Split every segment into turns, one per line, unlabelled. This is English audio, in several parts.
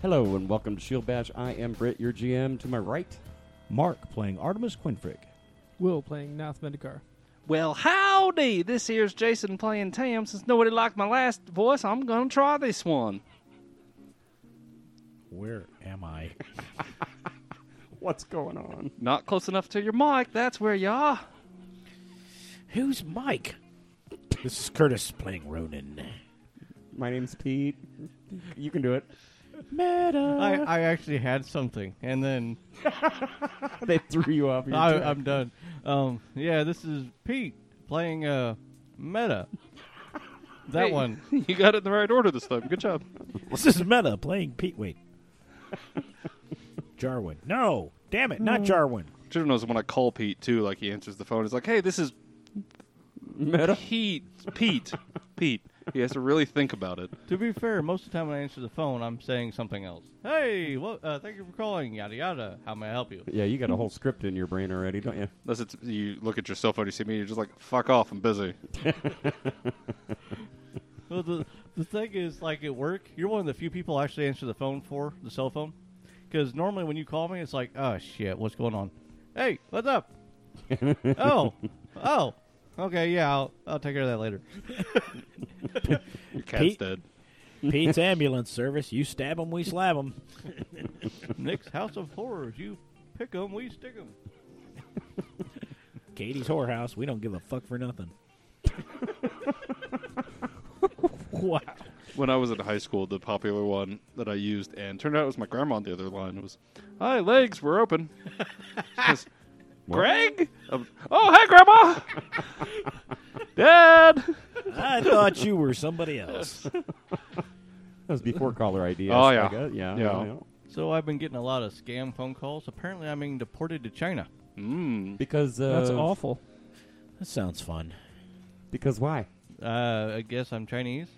Hello and welcome to Shield Bash. I am Britt, your GM. To my right,
Mark playing Artemis Quinfrig.
Will playing Nath Mendikar.
Well, howdy! This here's Jason playing Tam. Since nobody liked my last voice, I'm gonna try this one.
Where am I?
what's going on?
Not close enough to your mic, that's where you are.
Who's Mike? This is Curtis playing Ronan.
My name's Pete. You can do it.
Meta.
I, I actually had something, and then
They threw you off. Your
I,
track.
I'm done. Um, yeah, this is Pete playing uh, Meta. That
Hey,
one.
You got it in the right order this time. Good job.
This is Meta playing Pete. Wait. Jarwin. No. Damn it. Not Jarwin.
Should knows when I call Pete too. Like he answers the phone. He's like, "Hey, this is
Meta.
Pete. Pete. Pete." He has to really think about it.
To be fair, most of the time when I answer the phone, I'm saying something else. Hey, well, uh, thank you for calling. Yada yada. How may I help you?
Yeah, you got a whole script in your brain already, don't you?
Unless it's, you look at your cell phone, you see me, you're just like, "Fuck off, I'm busy."
Well, the the thing is, like at work, you're one of the few people I actually answer the phone for the cell phone, because normally when you call me, it's like, oh shit, what's going on? Hey, what's up? oh, oh, okay, yeah, I'll I'll take care of that later.
Your cat's
Pete?
dead.
Pete's ambulance service. You stab him, we slab him.
Nick's House of Horrors, you pick 'em, we stick 'em.
Katie's whorehouse. We don't give a fuck for nothing. wow.
When I was in high school, the popular one that I used, and turned out it was my grandma on the other line, was, "Hi, legs, we're open." She goes, Greg? Um, oh, hey, Grandma! Dad!
I thought you were somebody else.
That was before caller ID.
Oh,
I
yeah.
guess. yeah,
Yeah.
So I've been getting a lot of scam phone calls. Apparently, I'm being deported to China.
Mm.
Because uh,
That's awful.
That sounds fun.
Because why?
Uh, I guess I'm Chinese.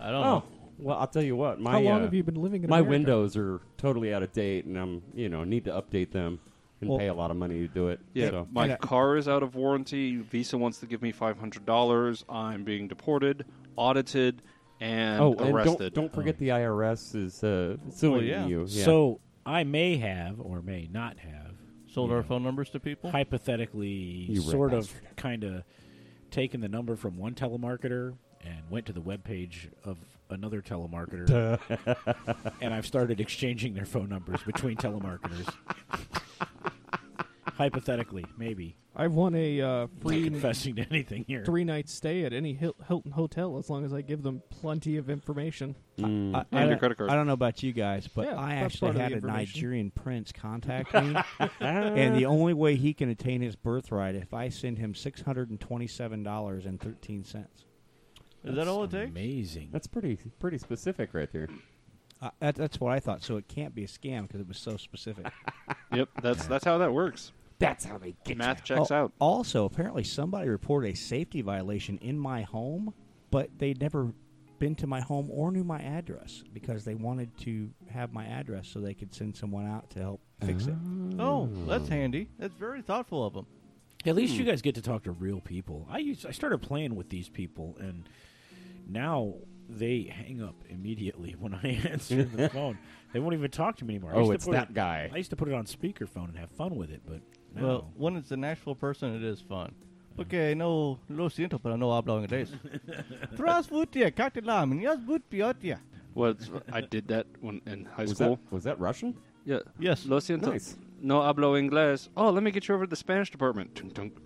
I
Oh.
Oh.
don't know.
well, I'll tell you what. My
How long
uh,
have you been living in
my
America?
windows are totally out of date, and I'm you know need to update them and
Well-
pay a lot of money to do it.
Yeah,
so.
my
Yeah.
car is out of warranty. Visa wants to give me $500. I'm being deported, audited, and
oh, and
arrested.
don't, don't forget the IRS is uh, suing
Well, yeah.
you. Yeah.
So I may have or may not have
Sold our phone numbers to people.
hypothetically
You rat
sort of kind of taken the number from one telemarketer and went to the webpage of another telemarketer and I've started exchanging their phone numbers between telemarketers. hypothetically, maybe.
I've won a uh,
Not
free
confessing to anything here.
three night stay at any Hil- Hilton hotel as long as I give them plenty of information.
Mm.
I,
And your
don't-
credit card.
I don't know about you guys, but
Mm-hmm. Yeah,
I
that's part
actually
of
had
the
a
information.
Nigerian prince contact me,
uh,
and the only way he can attain his birthright if I send him six hundred and twenty-seven dollars and thirteen cents.
Is that
That's
all it takes?
Amazing.
that's pretty pretty specific right there.
Uh, that, that's what I thought. So it can't be a scam because it was so specific.
Yep, that's that's how that works.
That's how they get
Math checks
Oh,
out.
Also, apparently somebody reported a safety violation in my home, but they'd never been to my home or knew my address because they wanted to have my address so they could send someone out to help fix it.
Uh-huh.
Oh, that's handy. That's very thoughtful of them.
At least
Hmm.
you guys get to talk to real people. I used I started playing with these people, and now they hang up immediately when I answer the phone. They won't even talk to me anymore. I
Oh,
used to
it's
put it-
that guy.
I used to put it on speakerphone and have fun with it, but now,
Well, when it's an actual person, it is fun. Okay, no, lo siento, pero no hablo inglés. Здравствуйте, как дела? Меня зовут Петя.
Was I did that when in high
Was
school?
that was that Russian?
Yeah.
Yes.
Lo siento.
Nice.
No hablo inglés. Oh, let me get you over to the Spanish department. Dunk, dunk.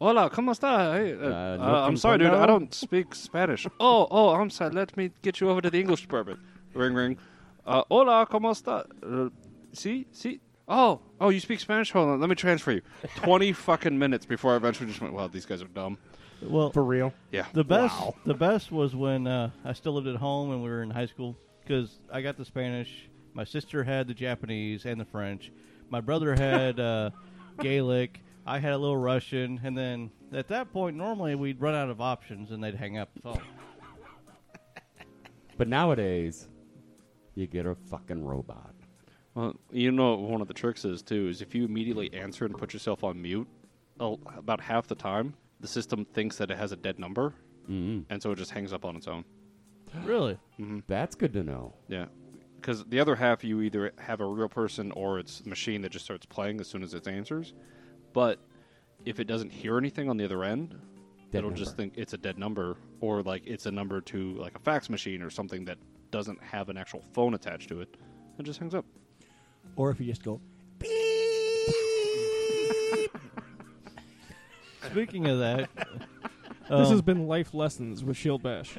Hola, ¿cómo está? Hey, uh,
Uh,
uh,
no
I'm sorry, dude. I
comprendo.
don't speak Spanish. oh, oh, I'm sorry. Let me get you over to the English department. Ring, ring. Uh, hola, ¿cómo está? Uh, sí, sí. Oh, oh, you speak Spanish? Hold on. Let me transfer you. 20 fucking minutes before I eventually just went, wow, these guys are dumb.
Well,
real?
Yeah.
the best, the best was when uh, I still lived at home and we were in high school because I got the Spanish. My sister had the Japanese and the French. My brother had uh, Gaelic. I had a little Russian, and then at that point, normally we'd run out of options and they'd hang up the phone.
But nowadays, you get a fucking robot.
Well, you know what one of the tricks is too is if you immediately answer and put yourself on mute, oh, about half the time the system thinks that it has a dead number,
Mm-hmm.
and so it just hangs up on its own.
really?
That's good to know.
Yeah, because the other half you either have a real person or it's a machine that just starts playing as soon as it answers. But if it doesn't hear anything on the other end,
Dead
it'll just think it's a dead number or like it's a number to like a fax machine or something that doesn't have an actual phone attached to it and just hangs up.
Or if you just go,
Speaking of that,
This
um,
has been life lessons with Shield Bash.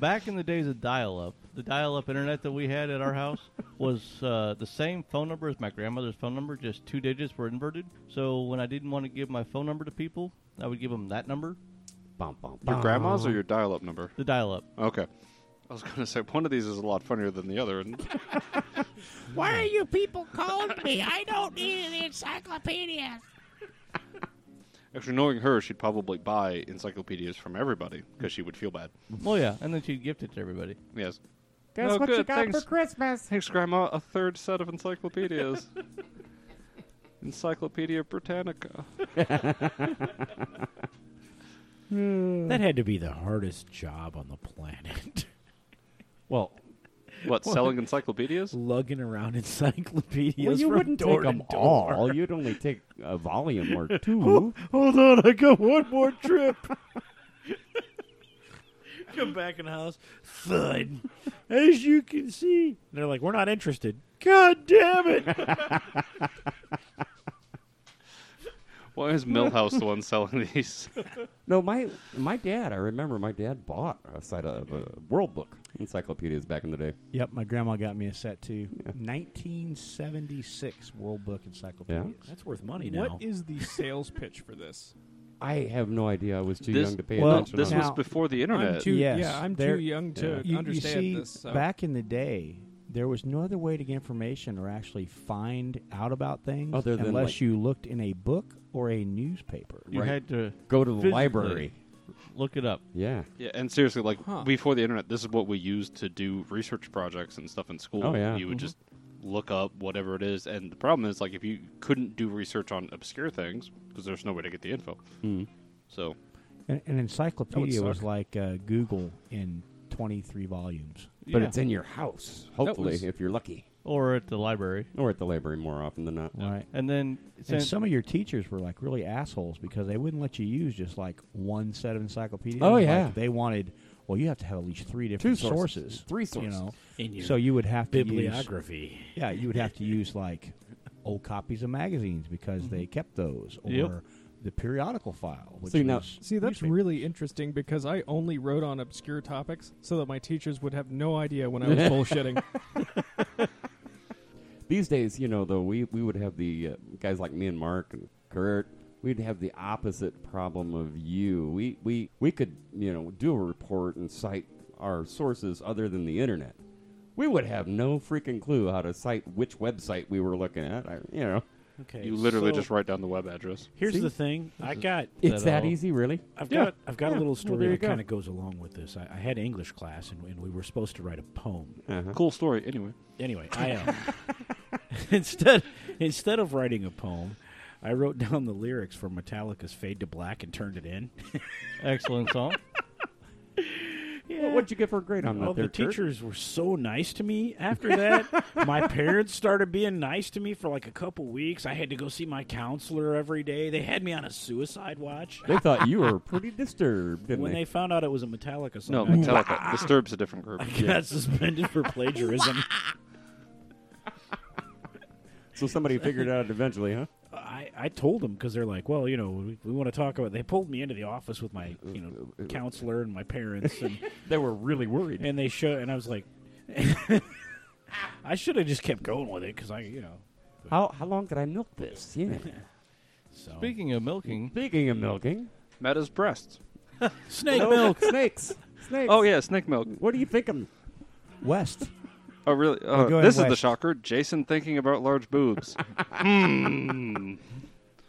back in the days of dial-up, the dial-up internet that we had at our house was uh, the same phone number as my grandmother's phone number, just two digits were inverted. So when I didn't want to give my phone number to people, I would give them that number,
Bum, bum, bum.
Your grandma's or your dial up number?
the dial-up.
Okay. I was going to say one of these is a lot funnier than the other. And
Why are you people calling me? I don't need an encyclopedia.
actually, knowing her, she'd probably buy encyclopedias from everybody because she would feel bad.
Well, yeah, and then she'd gift it to everybody.
Yes.
That's
Oh,
what you
good,
got
thanks.
for Christmas.
Thanks, Grandma. A third set of encyclopedias. Encyclopedia Britannica.
That had to be the hardest job on the planet.
Well,
What, selling encyclopedias?
Lugging around encyclopedias
well, you
from
wouldn't
door
take
to
them
door.
all. You'd only take a volume or two.
Hold on, I got one more trip. Come back in the house. Thud. As you can see. And they're like, we're not interested. God damn it.
Why is Millhouse the one selling these?
No, my my dad. I remember my dad bought a side of a World Book encyclopedias back in the day.
yep, my grandma got me a set too. 1976 World Book Encyclopedias.
That's worth money now.
what is the sales pitch for this?
I have no idea. I was too
This-
young to pay
Well,
attention.
This
on
was
Now-
before the
I'm
internet.
too,
Yes,
yeah, I'm
there-
too young to
You, you
understand
see,
this. So.
back in the day, there was no other way to get information or actually find out about things
Other than,
unless
like-
you looked in a book or a newspaper.
You
Right.
had to
go to the
physically
library.
look it up.
Yeah.
Yeah, and seriously, like
Huh.
before the internet, this is what we used to do research projects and stuff in school.
Oh, yeah.
you would just look up whatever it is, and the problem is like if you couldn't do research on obscure things because there's no way to get the info.
Mm.
So
An, an encyclopedia was
suck.
like uh, Google in 23 volumes.
But
Yeah.
it's in your house, hopefully,
was-
if you're lucky,
Or at the library.
or at the library more often than not.
Right.
And then
And
since
some of your teachers were like really assholes because they wouldn't let you use just like one set of encyclopedias.
Oh,
Like,
yeah.
they wanted. Well, you have to have at least three different sources,
three
You
sources.
know,
in your
so you would have to use
bibliography?
Yeah, you would have to use like old copies of magazines because
Mm-hmm.
they kept those, or
Yep.
the periodical file. Which
See, now-
was
See, that's
newspaper.
really interesting because I only wrote on obscure topics so that my teachers would have no idea when I was bullshitting.
These days, you know, though, we, we would have the uh, guys like me and Mark and Kurt. We'd have the opposite problem of you. We we we could you know do a report and cite our sources other than the internet. We would have no freaking clue how to cite which website we were looking at. I, you know,
Okay.
you literally
so
just write down the web address.
Here's
See?
the thing. I got.
it's that
all?
easy, really.
I've
Yeah.
got. I've got
Yeah.
a little
Well,
story
there you
that
go.
kind of goes along with this. I, I had English class, and, and we were supposed to write a poem.
Uh-huh.
Cool story. Anyway,
Anyway, I uh, instead instead of writing a poem, I wrote down the lyrics for Metallica's "Fade to Black" and turned it in.
excellent song.
Well, what'd you get for a grade on
Well,
that?
the
there, Kurt?
teachers were so nice to me after that. my parents started being nice to me for like a couple weeks. I had to go see my counselor every day. They had me on a suicide watch.
They thought you were pretty disturbed, didn't
When they found out it was a Metallica
no,
song, I got-
Metallica disturbs a different group.
Mm-hmm. I got suspended for plagiarism.
So somebody figured it out eventually, huh?
I, I told them because they're like, well, you know, we, we want to talk about. They pulled me into the office with my you know counselor and my parents, and,
They were really worried.
and they show and I was like, I should have just kept going with it because I you know.
How how long did I milk this? Yeah.
So.
Speaking of milking,
Speaking of milking,
Meta's breasts.
snake
No,
milk.
snakes, snakes.
Oh yeah, snake milk.
What do you think of?
West.
Oh really? Uh,
go ahead,
this is the
Wes.
shocker. Jason thinking about large boobs.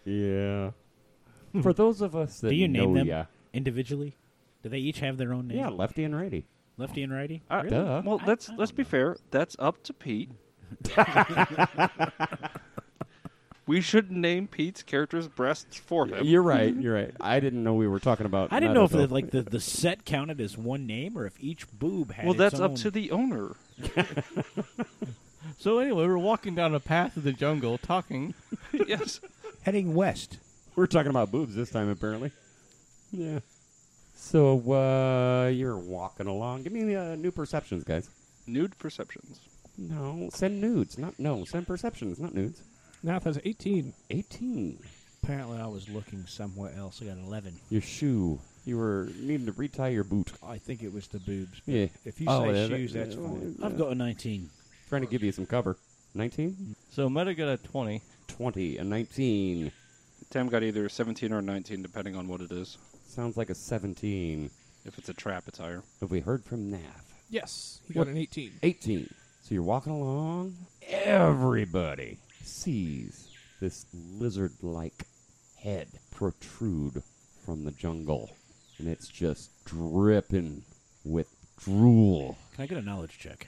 Yeah. For those of us that
Do you name
know
them
ya.
individually? Do they each have their own name?
yeah, lefty and righty.
Lefty and righty.
Uh,
Really? duh.
Well,
I-
let's
I
let's
don't
be fair. That's up to Pete.
We should name Pete's character's breasts for him.
Uh, You're right. You're right. I didn't Mm-hmm. know we were talking about.
I didn't know if
nut
the,
adult-
like the, the set counted as one name or if each boob had.
well,
its
that's up
own-
to the owner.
So anyway, we're walking down a path of the jungle, talking.
yes.
Heading west.
we're talking about boobs this time, apparently. Yeah. So uh, you're walking along. Give me uh, new perceptions, guys.
Nude perceptions.
No, send nudes. Not no. Send perceptions, not nudes.
Nath has 18.
Eighteen.
Apparently, I was looking somewhere else. I got 11.
Your shoe. You were needing to retie your boot.
I think it was the boobs. but
Yeah.
If you
Oh,
say
yeah, that-
shoes, that's
yeah.
fine.
I've got a 19.
Trying to give you some cover. 19?
So Meta got a twenty.
20 and 19.
Tam got either 17 or 19, depending on what it is.
Sounds like a 17.
If it's a trap, it's higher.
Have we heard from Nav?
Yes. He
What?
got an 18.
18. So you're walking along. Everybody sees this lizard like head protrude from the jungle. And it's just dripping with drool.
Can I get a knowledge check?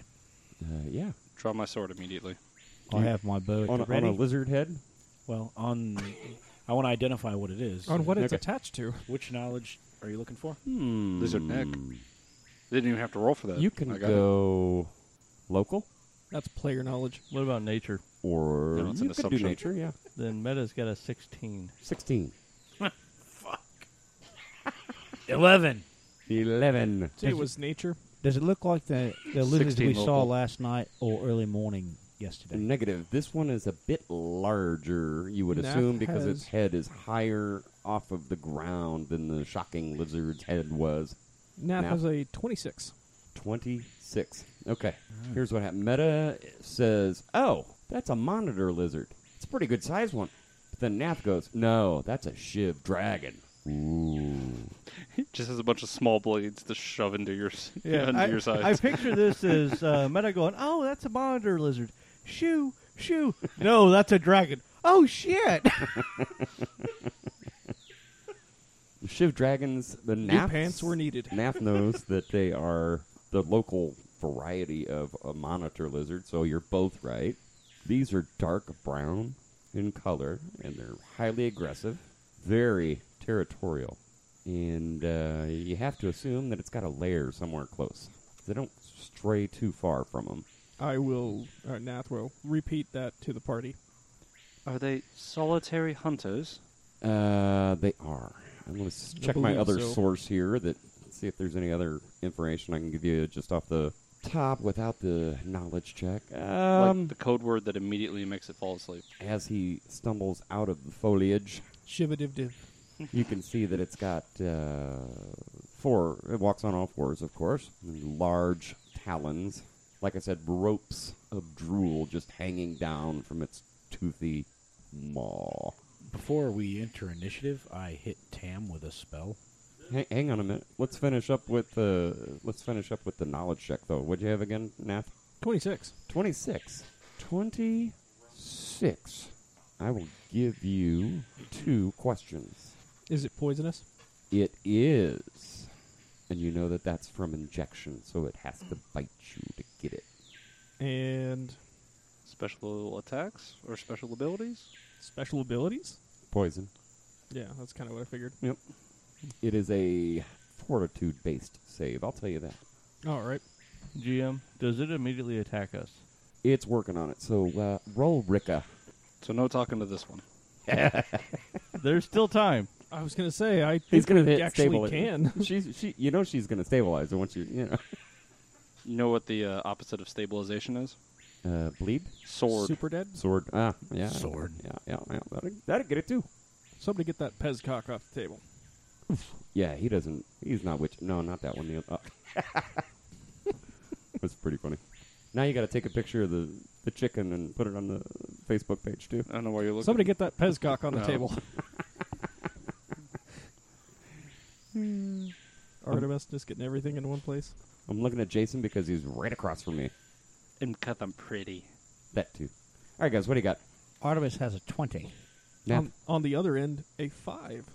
Uh, yeah.
Draw my sword immediately.
I have my bow at
On a, on
the
a
ready.
lizard head?
Well, on I want to identify what it is.
On what it's
Okay.
attached to.
Which knowledge are you looking for?
Hmm.
Lizard neck. Didn't even have to roll for that.
You can
Uh, I got it.
go local
That's player knowledge.
What about nature?
or
No, it's
you
an
could do
assumption.
nature, yeah.
Then Meta's got a sixteen.
16.
11.
11.
See, it was nature.
Does it look like the, the lizards
16
we saw
local.
last night or early morning yesterday?
Negative. This one is a bit larger, you would
Nap
assume, because its
has-
head is higher off of the ground than the shocking lizard's head was.
Nath
Nath.
has a 26.
26. Okay. Here's what happened. Meta says, Oh, that's a monitor lizard. It's a pretty good sized one. But then Nath goes, No, that's a Shiv dragon. Ooh.
Just has a bunch of small blades to shove into your s- into
I,
your sides.
I picture this as uh, Meta going, "Oh, that's a monitor lizard. Shoo, shoo. No, that's a dragon. Oh shit."
Shiv dragons, the
New
Nath.
pants were needed.
Nath knows that they are the local variety of a monitor lizard, so you're both right. These are dark brown in color, and they're highly aggressive, very territorial. And uh, you have to assume that it's got a lair somewhere close. They don't stray too far from them.
I will, uh, Nath will repeat that to the party.
Are they solitary hunters?
Uh, they are. I'm going to
I
check my
believe
other
so.
source here. That see if there's any other information I can give you just off the top without the knowledge check. Um,
like the code word that immediately makes it fall asleep.
as he stumbles out of the foliage,
Shiva div div.
you can see that it's got uh, four. It walks on all fours, of course. and large talons, like I said, ropes of drool just hanging down from its toothy maw.
Before we enter initiative, I hit Tam with a spell.
Hang, hang on a minute. Let's finish up with the let's finish up with the knowledge check though. What'd you have again, Nath?
26.
Twenty six. Twenty six. I will give you two questions.
Is it poisonous?
It is, and you know that that's from injection, so it has to bite you to get it.
And
Special attacks or special abilities?
special abilities?
Poison.
Yeah, that's kind of what I figured.
Yep. It is a fortitude based save. I'll tell you that.
All right.
GM, does it immediately attack us?
It's working on it. So uh, roll Ricka.
So no talking to this one.
There's still time.
I was going to say, I
He's
think
gonna
we
hit stable
actually
it.
can.
She's she. You know she's gonna stabilize it once you you
You know what the uh, opposite of stabilization is?
know. Uh, bleed
Sword.
Super dead?
sword. Ah, yeah.
Sword.
Yeah, yeah, yeah. That'd, that'd get it too.
Somebody get that Pez cock off the table.
Yeah, he doesn't. He's not witch. No, not that one. Uh, The other. oh. That's pretty funny. Now you got to take a picture of the the chicken and put it on the Facebook page too.
I don't know why you're looking.
Somebody get that Pez cock on the
No.
table. Hmm. Artemis just getting everything in one place.
I'm looking at Jason because he's right across from me.
and cut them pretty.
That too. All right, guys. What do you got?
Artemis has a 20.
Now,
On, Um, on the other end, a 5.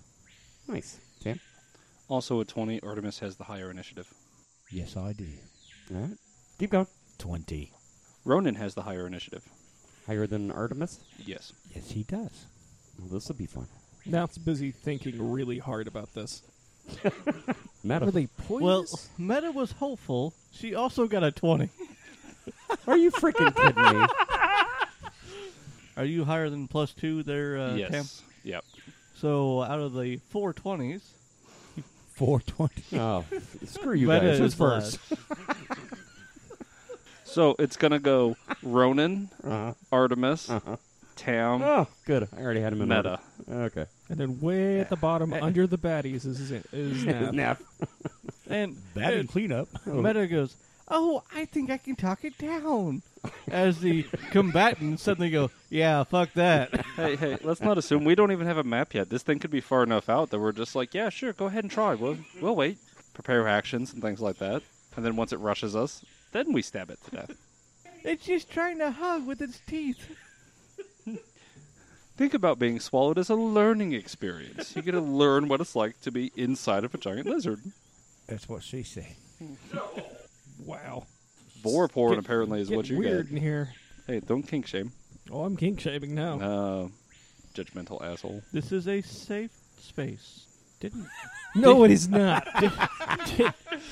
nice. Tam.
Also at 20, Artemis has the higher initiative.
Yes, I do.
All right. Keep going.
20.
Ronan has the higher initiative.
Higher than Artemis?
Yes.
Yes, he does.
Well, this will be fun.
Now it's busy thinking really hard about this.
Meta.
Were they poisonous?
Well, Meta was hopeful. She also got a 20.
Are you freaking kidding me?
Are you higher than plus two there, uh,
yes.
Tam?
Yep.
So out of the four 20s,
420.
Oh, screw you
Meta
guys. Who's
is uh,
first?
last.
So it's gonna go Ronan,
Uh-huh.
Artemis, Tam,
Oh, good. I already had him in
Meta.
order. Okay.
and then way at the bottom,
Eh.
under the baddies, is is Nav.
Nap.
and
That
and
and cleanup.
Meta goes, "Oh, I think I can talk it down." As the combatants suddenly go, "Yeah, fuck that."
Hey, hey, let's not assume we don't even have a map yet. This thing could be far enough out that we're just like, yeah, sure, go ahead and try. We'll, we'll wait, prepare actions and things like that. And then once it rushes us, then we stab it to death.
It's just trying to hug with its teeth.
Think about being swallowed as a learning experience. You get to learn what it's like to be inside of a giant lizard.
That's what she said.
Wow.
Vorporn apparently is
Getting
what you
weird
get.
in here.
Hey, don't kink shame.
Oh, I'm kink shaving now.
Uh, judgmental asshole.
This is a safe space.
Didn't
No, it is not.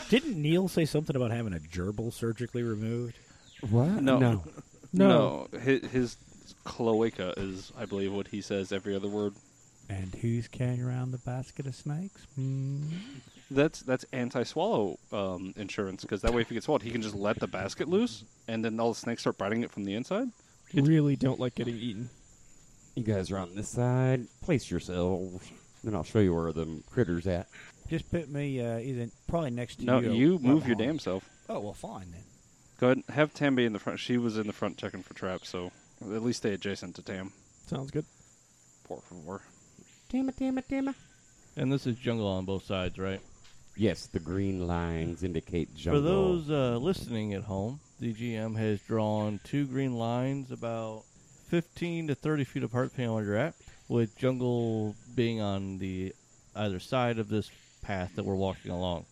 didn't Neil say something about having a gerbil surgically removed?
What?
No.
No.
No.
his, his cloaca is, I believe, what he says every other word.
And who's carrying around the basket of snakes? Hmm.
That's that's anti-swallow um, insurance because that way, if he gets swallowed, he can just let the basket loose, and then all the snakes start biting it from the inside.
really don't like getting eaten.
You guys are on this side. Place yourselves. Then I'll show you where the critters at.
Just put me uh, either probably next to
No,
you. or
you
right
move your
behind.
damn self.
Oh well, fine then.
Go ahead, and have Tam be in the front. She was in the front checking for traps, so at least stay adjacent to Tam.
Sounds good.
Por favor.
Damn it, damn it, damn it.
And this is jungle on both sides, right?
Yes, the green lines indicate jungle.
For those uh, listening at home, the GM has drawn two green lines about 15 to 30 feet apart, depending on where you're at, with jungle being on the either side of this path that we're walking along.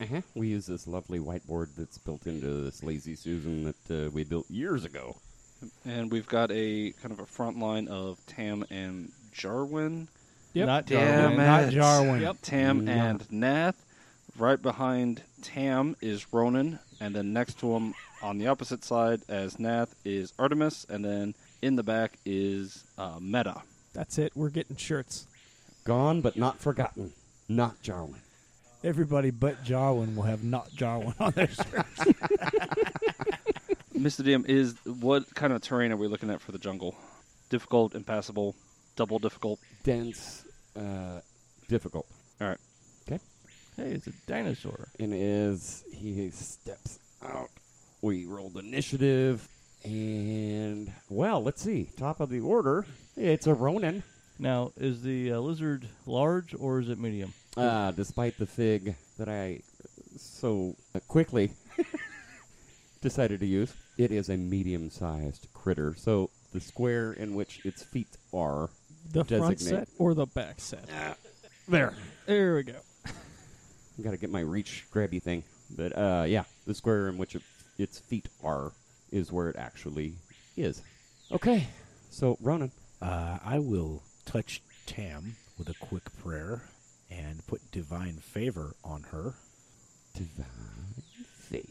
Uh-huh. We use this lovely whiteboard that's built into this Lazy Susan that uh, we built years ago.
And we've got a kind of a front line of Tam and Jarwin.
Yep.
Not
Damn
Jarwin.
Not
it.
Jarwin.
Yep.
Tam
Yeah.
and Nath. Right behind Tam is Ronan, and then next to him on the opposite side as Nath is Artemis, and then in the back is uh, Meta.
That's it. We're getting shirts.
Gone but not forgotten. Not Jarwin.
Everybody but Jarwin will have not Jarwin on their shirt.
Mr. DM, is what kind of terrain are we looking at for the jungle? Difficult, impassable, double difficult.
Dense, uh, difficult.
All right.
Okay.
Hey, it's a dinosaur.
And as he steps out, we rolled initiative. And, well, let's see. Top of the order, it's a Ronin.
Now, is the uh, lizard large or is it medium?
Ah, despite the fig that I so quickly decided to use, it is a medium sized critter. So the square in which its feet are.
The front set
Designate.
or the back set?
There.
There we go.
I gotta get my reach grabby thing. But uh, yeah, the square in which it, its feet are is where it actually is. Okay, so Ronan.
Uh, I will touch Tam with a quick prayer and put divine favor on her.
Divine favor.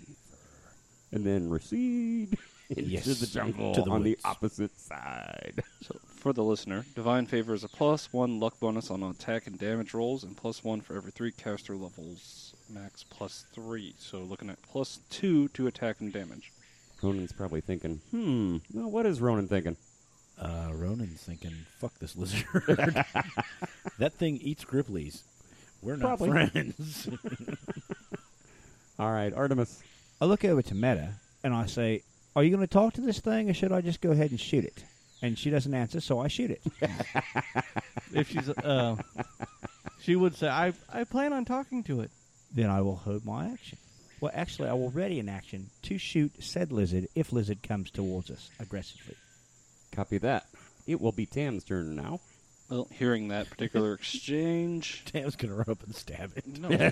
And then recede into
Yes,
the jungle
to the
on
woods.
the opposite side.
So, for the listener, Divine Favor is a plus one luck bonus on attack and damage rolls, and plus one for every three caster levels, max plus three. So, looking at plus two to attack and damage.
Ronan's probably thinking, hmm, no, what is Ronan thinking?
Uh, Ronan's thinking, "Fuck this lizard. that thing eats gripplies. We're not
Probably.
friends."
All right, Artemis.
I look over to Meta and I say, "Are you going to talk to this thing, or should I just go ahead and shoot it?" And she doesn't answer, so I shoot it.
If she's, uh, she would say, I, I plan on talking to it.
then I will hold my action. Well, actually, I will ready an action to shoot said lizard if lizard comes towards us aggressively.
Copy that. It will be Tam's turn now.
Well, hearing that particular exchange,
Tam's gonna run up and stab it.
no,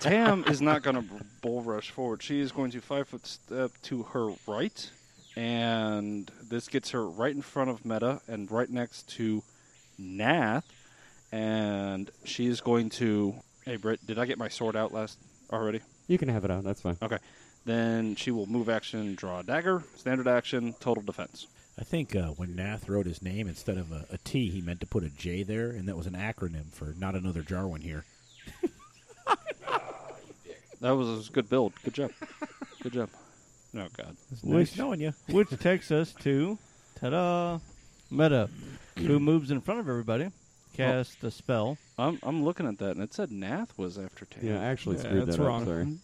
Tam is not going to bull rush forward. She is going to five foot step to her right and this gets her right in front of Meta and right next to Nath, and she is going to. Hey, Britt, did I get my sword out last already?
You can have it out. That's fine.
Okay. Then she will move action, draw a dagger, standard action, total defense.
I think uh, when Nath wrote his name instead of a, a T, he meant to put a J there, and that was an acronym for not another Jarwin here.
That was a good build. Good job. Good job. Oh, God.
Which-
Nice knowing you.
Which takes us to ta-da, Meta, who moves in front of everybody, cast a spell,
I'm, I'm looking at that, and it said Nath was after Taylor.
Yeah, I actually
Yeah,
screwed
that's
that
wrong.
up. Sorry.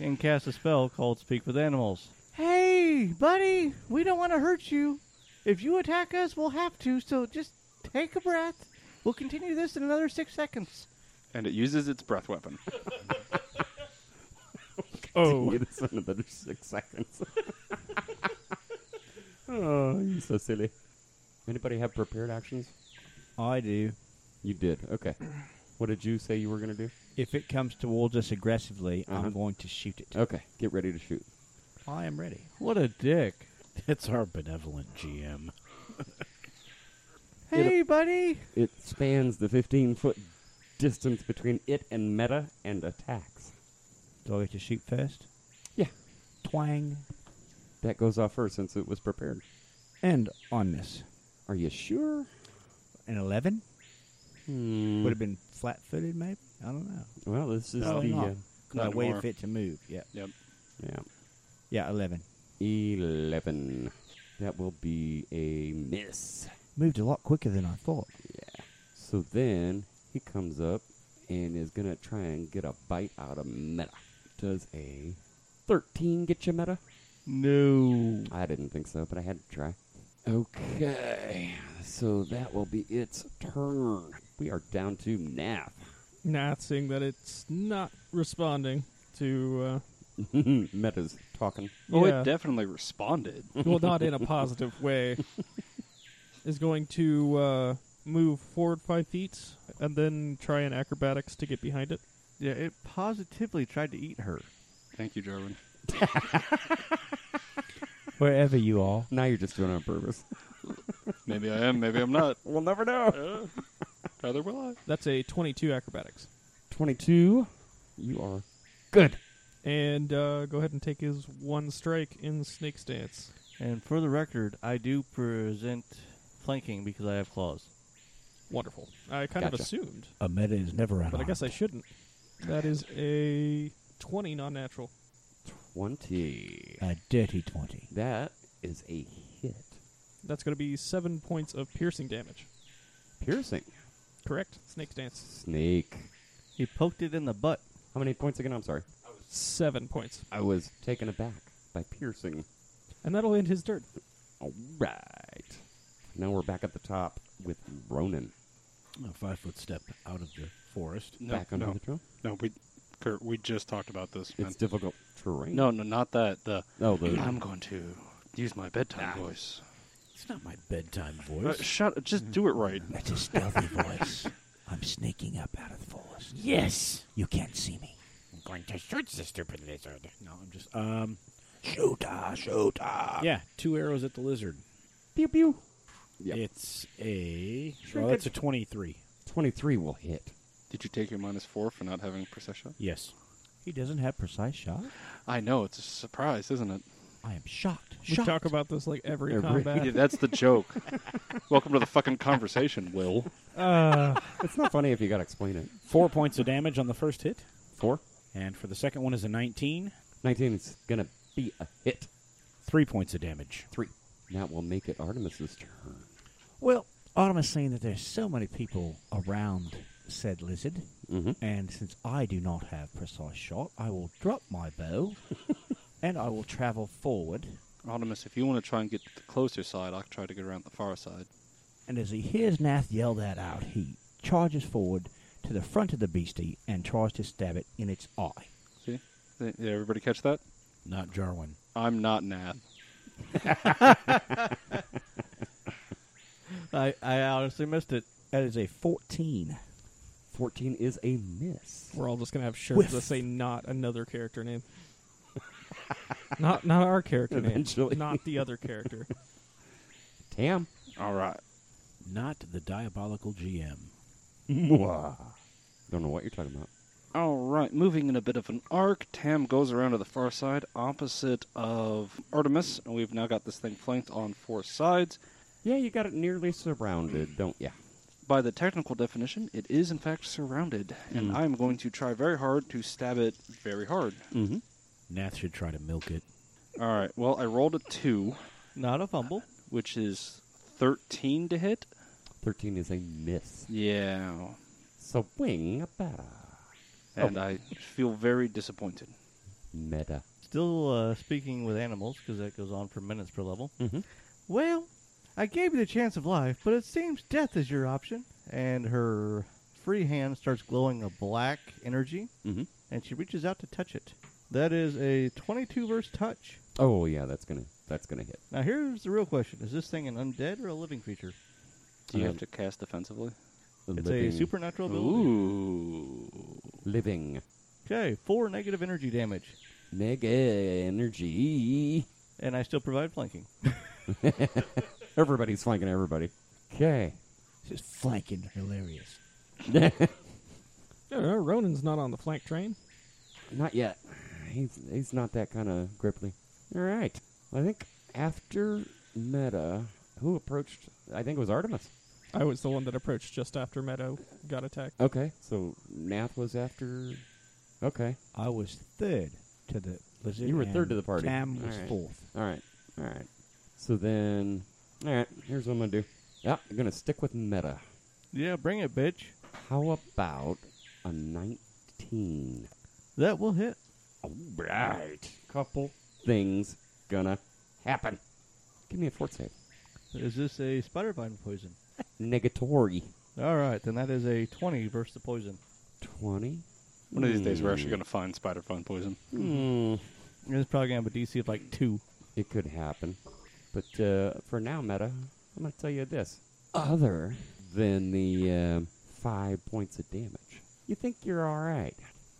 and cast a spell called Speak with Animals. Hey, buddy, we don't want to hurt you. If you attack us, we'll have to. So just take a breath. We'll continue this in another six seconds.
And it uses its breath weapon.
Oh,
Give this another six seconds. oh, you're so silly. Anybody have prepared actions?
I do.
You did. Okay. What did you say you were going to do?
If it comes towards us aggressively,
Uh-huh.
I'm going to shoot it.
Okay. Get ready to shoot.
I am ready.
What a dick.
It's our benevolent GM.
Hey, buddy.
It spans the 15 foot distance between it and meta and attacks.
Do I get to shoot first?
Yeah.
Twang.
That goes off first since it was prepared.
And on this.
Are you sure?
An 11?
Hmm.
Would have been flat footed, maybe? I don't know.
Well, this is
Probably
the.
not.
Uh,
'Cause I
Not
waited
more.
for it to move. Yeah.
Yep.
yeah.
Yeah, 11.
11. That will be a miss.
Moved a lot quicker than I thought.
So then he comes up and is going to try and get a bite out of Meta. Does a 13 get you, Meta?
No.
I didn't think so, but I had to try. Okay. So that will be its turn. We are down to Nath.
Nath seeing that it's not responding to.
Meta's talking.
Uh,
Oh,
yeah,
it definitely responded.
well, not in a positive way. is going to uh, move forward five feet and then try an acrobatics to get behind it.
Yeah, it positively tried to eat her.
Thank you, Jarwin.
Wherever you are.
Now you're just doing it on purpose.
Maybe I am, maybe I'm not.
we'll never know.
Neither will I.
That's a 22 acrobatics.
22. You are good.
And uh, go ahead and take his one strike in snake stance.
And for the record, I do present flanking because I have claws.
Wonderful. I kind of
Gotcha.
assumed,
A meta is never out.
but I guess I shouldn't. That is a 20 non natural.
20.
A dirty 20.
That is a hit.
That's going to be seven points of piercing damage.
Piercing.
Correct? Snake stance.
Snake.
He poked it in the butt.
How many points again? I'm sorry.
Seven points.
I was taken aback by piercing.
And that'll end his turn.
All right. Now we're back at the top with Ronan.
a five foot step out of the forest.
No,
back under
no,
the trail.
no, we, Kurt, we just talked about this. Man.
It's difficult terrain.
no, no, not that. The
Oh, the
I'm going to use my bedtime voice.
It's not my bedtime
Uh,
voice.
shut. Just do it right.
That's a stealthy voice. I'm sneaking up out of the forest.
Yes.
You can't see me.
I'm going to shoot the stupid lizard.
no, I'm just um
Shooter, shooter.
yeah, two arrows at the lizard.
pew pew. Yep.
It's a well, that's a twenty three.
Twenty-three will hit.
Did you take your minus four for not having precise shot?
Yes.
He doesn't have precise shot.
I know it's a surprise, isn't it?
I am shocked.
We
shocked.
talk about this like every,
Every-
Yeah,
combat.
that's the joke. Welcome to the fucking conversation, Will.
uh,
It's not funny if you got to explain it.
Four points of damage on the first hit.
Four.
And for the second one is a nineteen.
Nineteen is gonna be a hit.
Three points of damage.
Three. That will make it Artemis's turn.
Well, Autumn's saying that there's so many people around said lizard,
Mhm.
Mm-hmm.
and since I do not have precise shot, I will drop my bow, and I will travel forward.
Artemis, if you want to try and get to the closer side, I'll try to get around the far side.
And as he hears Nath yell that out, he charges forward to the front of the beastie and tries to stab it in its eye.
See? Did did everybody catch that?
Not Jarwin.
I'm not Nath.
I, I honestly missed it.
That is a 14.
Fourteen is a miss.
we're all just going to have shirts
Whiff.
that say not another character name. Not not our character name.
Eventually.
Not the other character.
Tam.
All right.
Not the diabolical GM.
Mwah. Don't know what you're talking about.
All right, moving in a bit of an arc, Tam goes around to the far side, opposite of Artemis, and we've now got this thing flanked on four sides.
Yeah, you got it nearly surrounded, don't ya?
By the technical definition, it is in fact surrounded, and I'm going to try very hard to stab it very hard.
Mm-hmm.
Nath should try to milk it.
All right, well, I rolled a two,
Not a fumble.
which is 13 to hit.
13 is a miss.
Yeah,
So wing a better.
and I feel very disappointed.
Meta.
Still uh, speaking with animals because that goes on for minutes per level.
Mm-hmm.
Well, I gave you the chance of life, but it seems death is your option. And her free hand starts glowing a black energy,
Mm-hmm.
and she reaches out to touch it. That is a 22 verse touch.
Oh yeah, that's gonna that's gonna hit.
Now, here's the real question Is this thing an undead or a living creature?
Do you
Um,
have to cast defensively?
The
It's
living,
a supernatural ability.
Ooh.
living
Okay, four negative energy damage,
mega energy.
and I still provide flanking.
Everybody's flanking everybody. Okay.
This is flanking hilarious.
Yeah, no, Ronan's not on the flank train.
Not yet. He's he's not that kind of gripply. All right. I think after Meta, who approached? I think it was Artemis.
I was the one that approached just after Meadow got attacked.
Okay. So Nath was after. Okay.
I was third to the lizard.
You were
and
third to the party.
Tam
All
was
right.
fourth.
All right. All right. So then, all right. Here's what I'm gonna do. Yeah, I'm gonna stick with Meta.
Yeah, bring it, bitch.
How about a 19?
That will hit.
All right. Couple things gonna happen. Give me a fort save.
Is this a spider vine poison?
Negatory.
All right, then that is a 20 versus the poison.
20.
One of these days, we're actually going to find spider fun poison.
Hmm.
It's probably going to have a DC of like two.
It could happen. But uh, for now, Meta, I'm going to tell you this. Other than the um five points of damage, you think you're all right.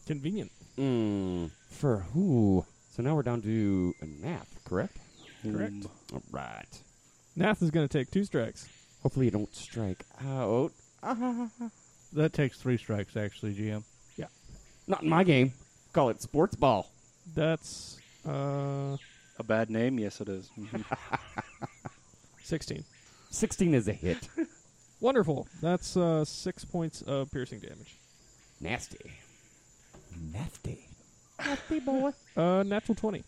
Convenient.
Mm, for who? So now we're down to a nap, correct?
Correct.
Hmm.
All right.
Nath is going to take two strikes.
Hopefully you don't strike out.
That takes three strikes, actually, GM.
Not in my game. Call it sports ball.
That's uh,
A bad name? Yes, it is. Mhm.
16.
16 is a hit.
Wonderful. That's uh, six points of piercing damage.
Nasty.
Nafty.
Uh, natural 20.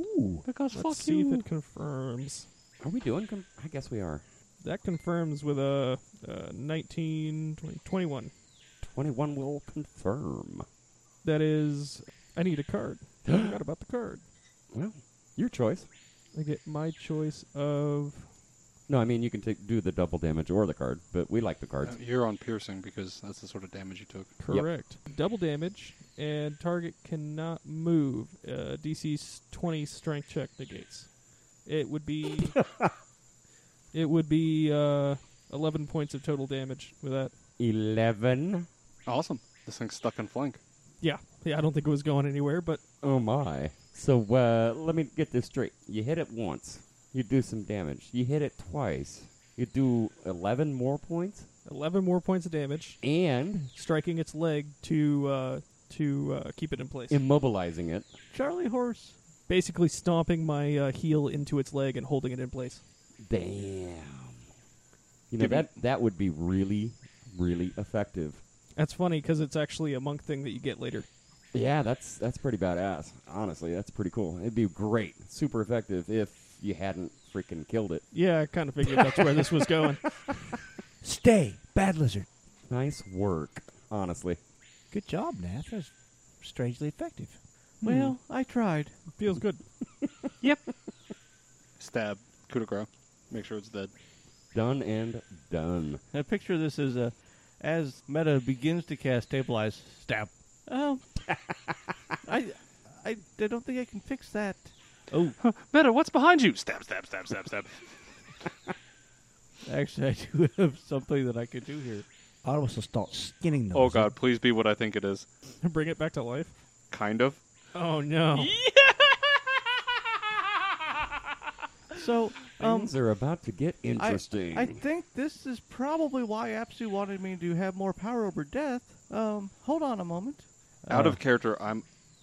Ooh.
because
Let's see if it confirms.
Are we doing? Com- I guess we are.
That confirms with a uh, 19, 20, 21.
21 will confirm.
That is, I need a card. I forgot about the card.
Well, your choice.
I get my choice of.
No, I mean you can take do the double damage or the card, but we like the cards.
You're on piercing because that's the sort of damage you took.
Correct. Double damage, and target cannot move. Uh, DC's 20 strength check negates. It would be. it would be uh, 11 points of total damage with that.
Eleven.
Awesome. This thing's stuck in flank.
Yeah. Yeah, I don't think it was going anywhere, but
Oh my! So uh, let me get this straight. You hit it once, you do some damage. You hit it twice, you do eleven more points,
11 more points of damage,
and
striking its leg to uh, to uh, keep it in place.
immobilizing it.
Charlie horse.
Basically, stomping my uh, heel into its leg and holding it in place.
Damn. You know
Give me-
that that would be really, really effective.
That's funny because it's actually a monk thing that you get later.
Yeah, that's that's pretty badass. Honestly, that's pretty cool. It'd be great, super effective if you hadn't freaking killed it.
Yeah, I kind of figured that's where this was going.
Stay, bad lizard.
Nice work, honestly.
Good job, Nath. That was strangely effective.
Well, I tried.
Feels good.
Stab. Coup de grace. Make sure it's dead.
Done and done.
Now picture this as a, as Meta begins to cast stabilize stab. Um, I, I, I don't think I can fix that. Oh,
Meta, what's behind you? Stab, stab, stab, stab, stab.
actually, I do have something that I could do here.
I almost will start skinning them.
oh, God, please be what I think it is.
Oh,
Bring it back to life.
Kind of.
Oh no!
So, um,
Things are about to get interesting.
I, I think this is probably why Apsu wanted me to have more power over death. Um, hold on a moment.
Out of character, I'm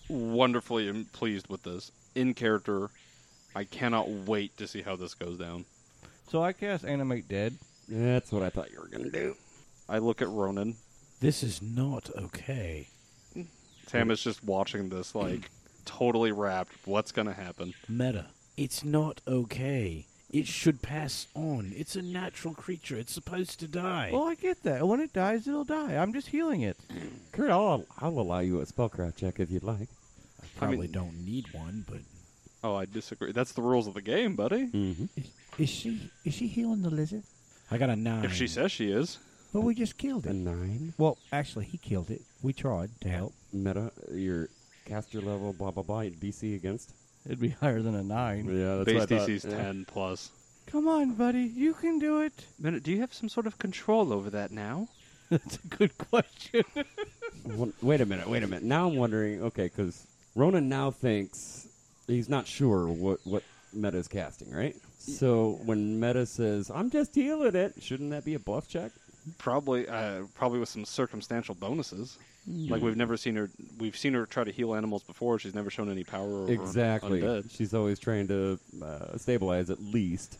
wonderfully am- pleased with this. In character, I cannot wait to see how this goes down.
So I cast animate dead.
That's what I thought you were going to do.
I look at Ronan.
This is not okay.
Tam is just watching this, like, totally wrapped. What's going to happen?
Meta. It's not okay. It should pass on. It's a natural creature. It's supposed to die.
Well, I get that. When it dies, it'll die. I'm just healing it.
Kurt, I'll, I'll allow you a spellcraft check if you'd like.
I probably don't need one, but
Oh, I disagree. That's the rules of the game, buddy.
Mm-hmm.
Is, is she is she healing the lizard?
I got a nine.
If she says she is,
But we just killed
A
it.
nine.
Well, actually, he killed it. We tried to help.
Meta, your caster level, blah, blah, blah, DC against.
It'd be higher than a nine.
Yeah, that's
base
what I thought.
DC's
Yeah.
10 plus.
Come on, buddy. You can do it.
Minute, do you have some sort of control over that now?
That's a good question.
Well, wait a minute, wait a minute. Now I'm wondering, okay, because Ronan now thinks he's not sure what what Meta's casting, right? So when Meta says, "I'm just healing it," shouldn't that be a bluff check?
Probably, uh, probably with some circumstantial bonuses. Like we've never seen her. We've seen her try to heal animals before. She's never shown any power. Over
Exactly.
Undead.
She's always trying to uh, stabilize at least.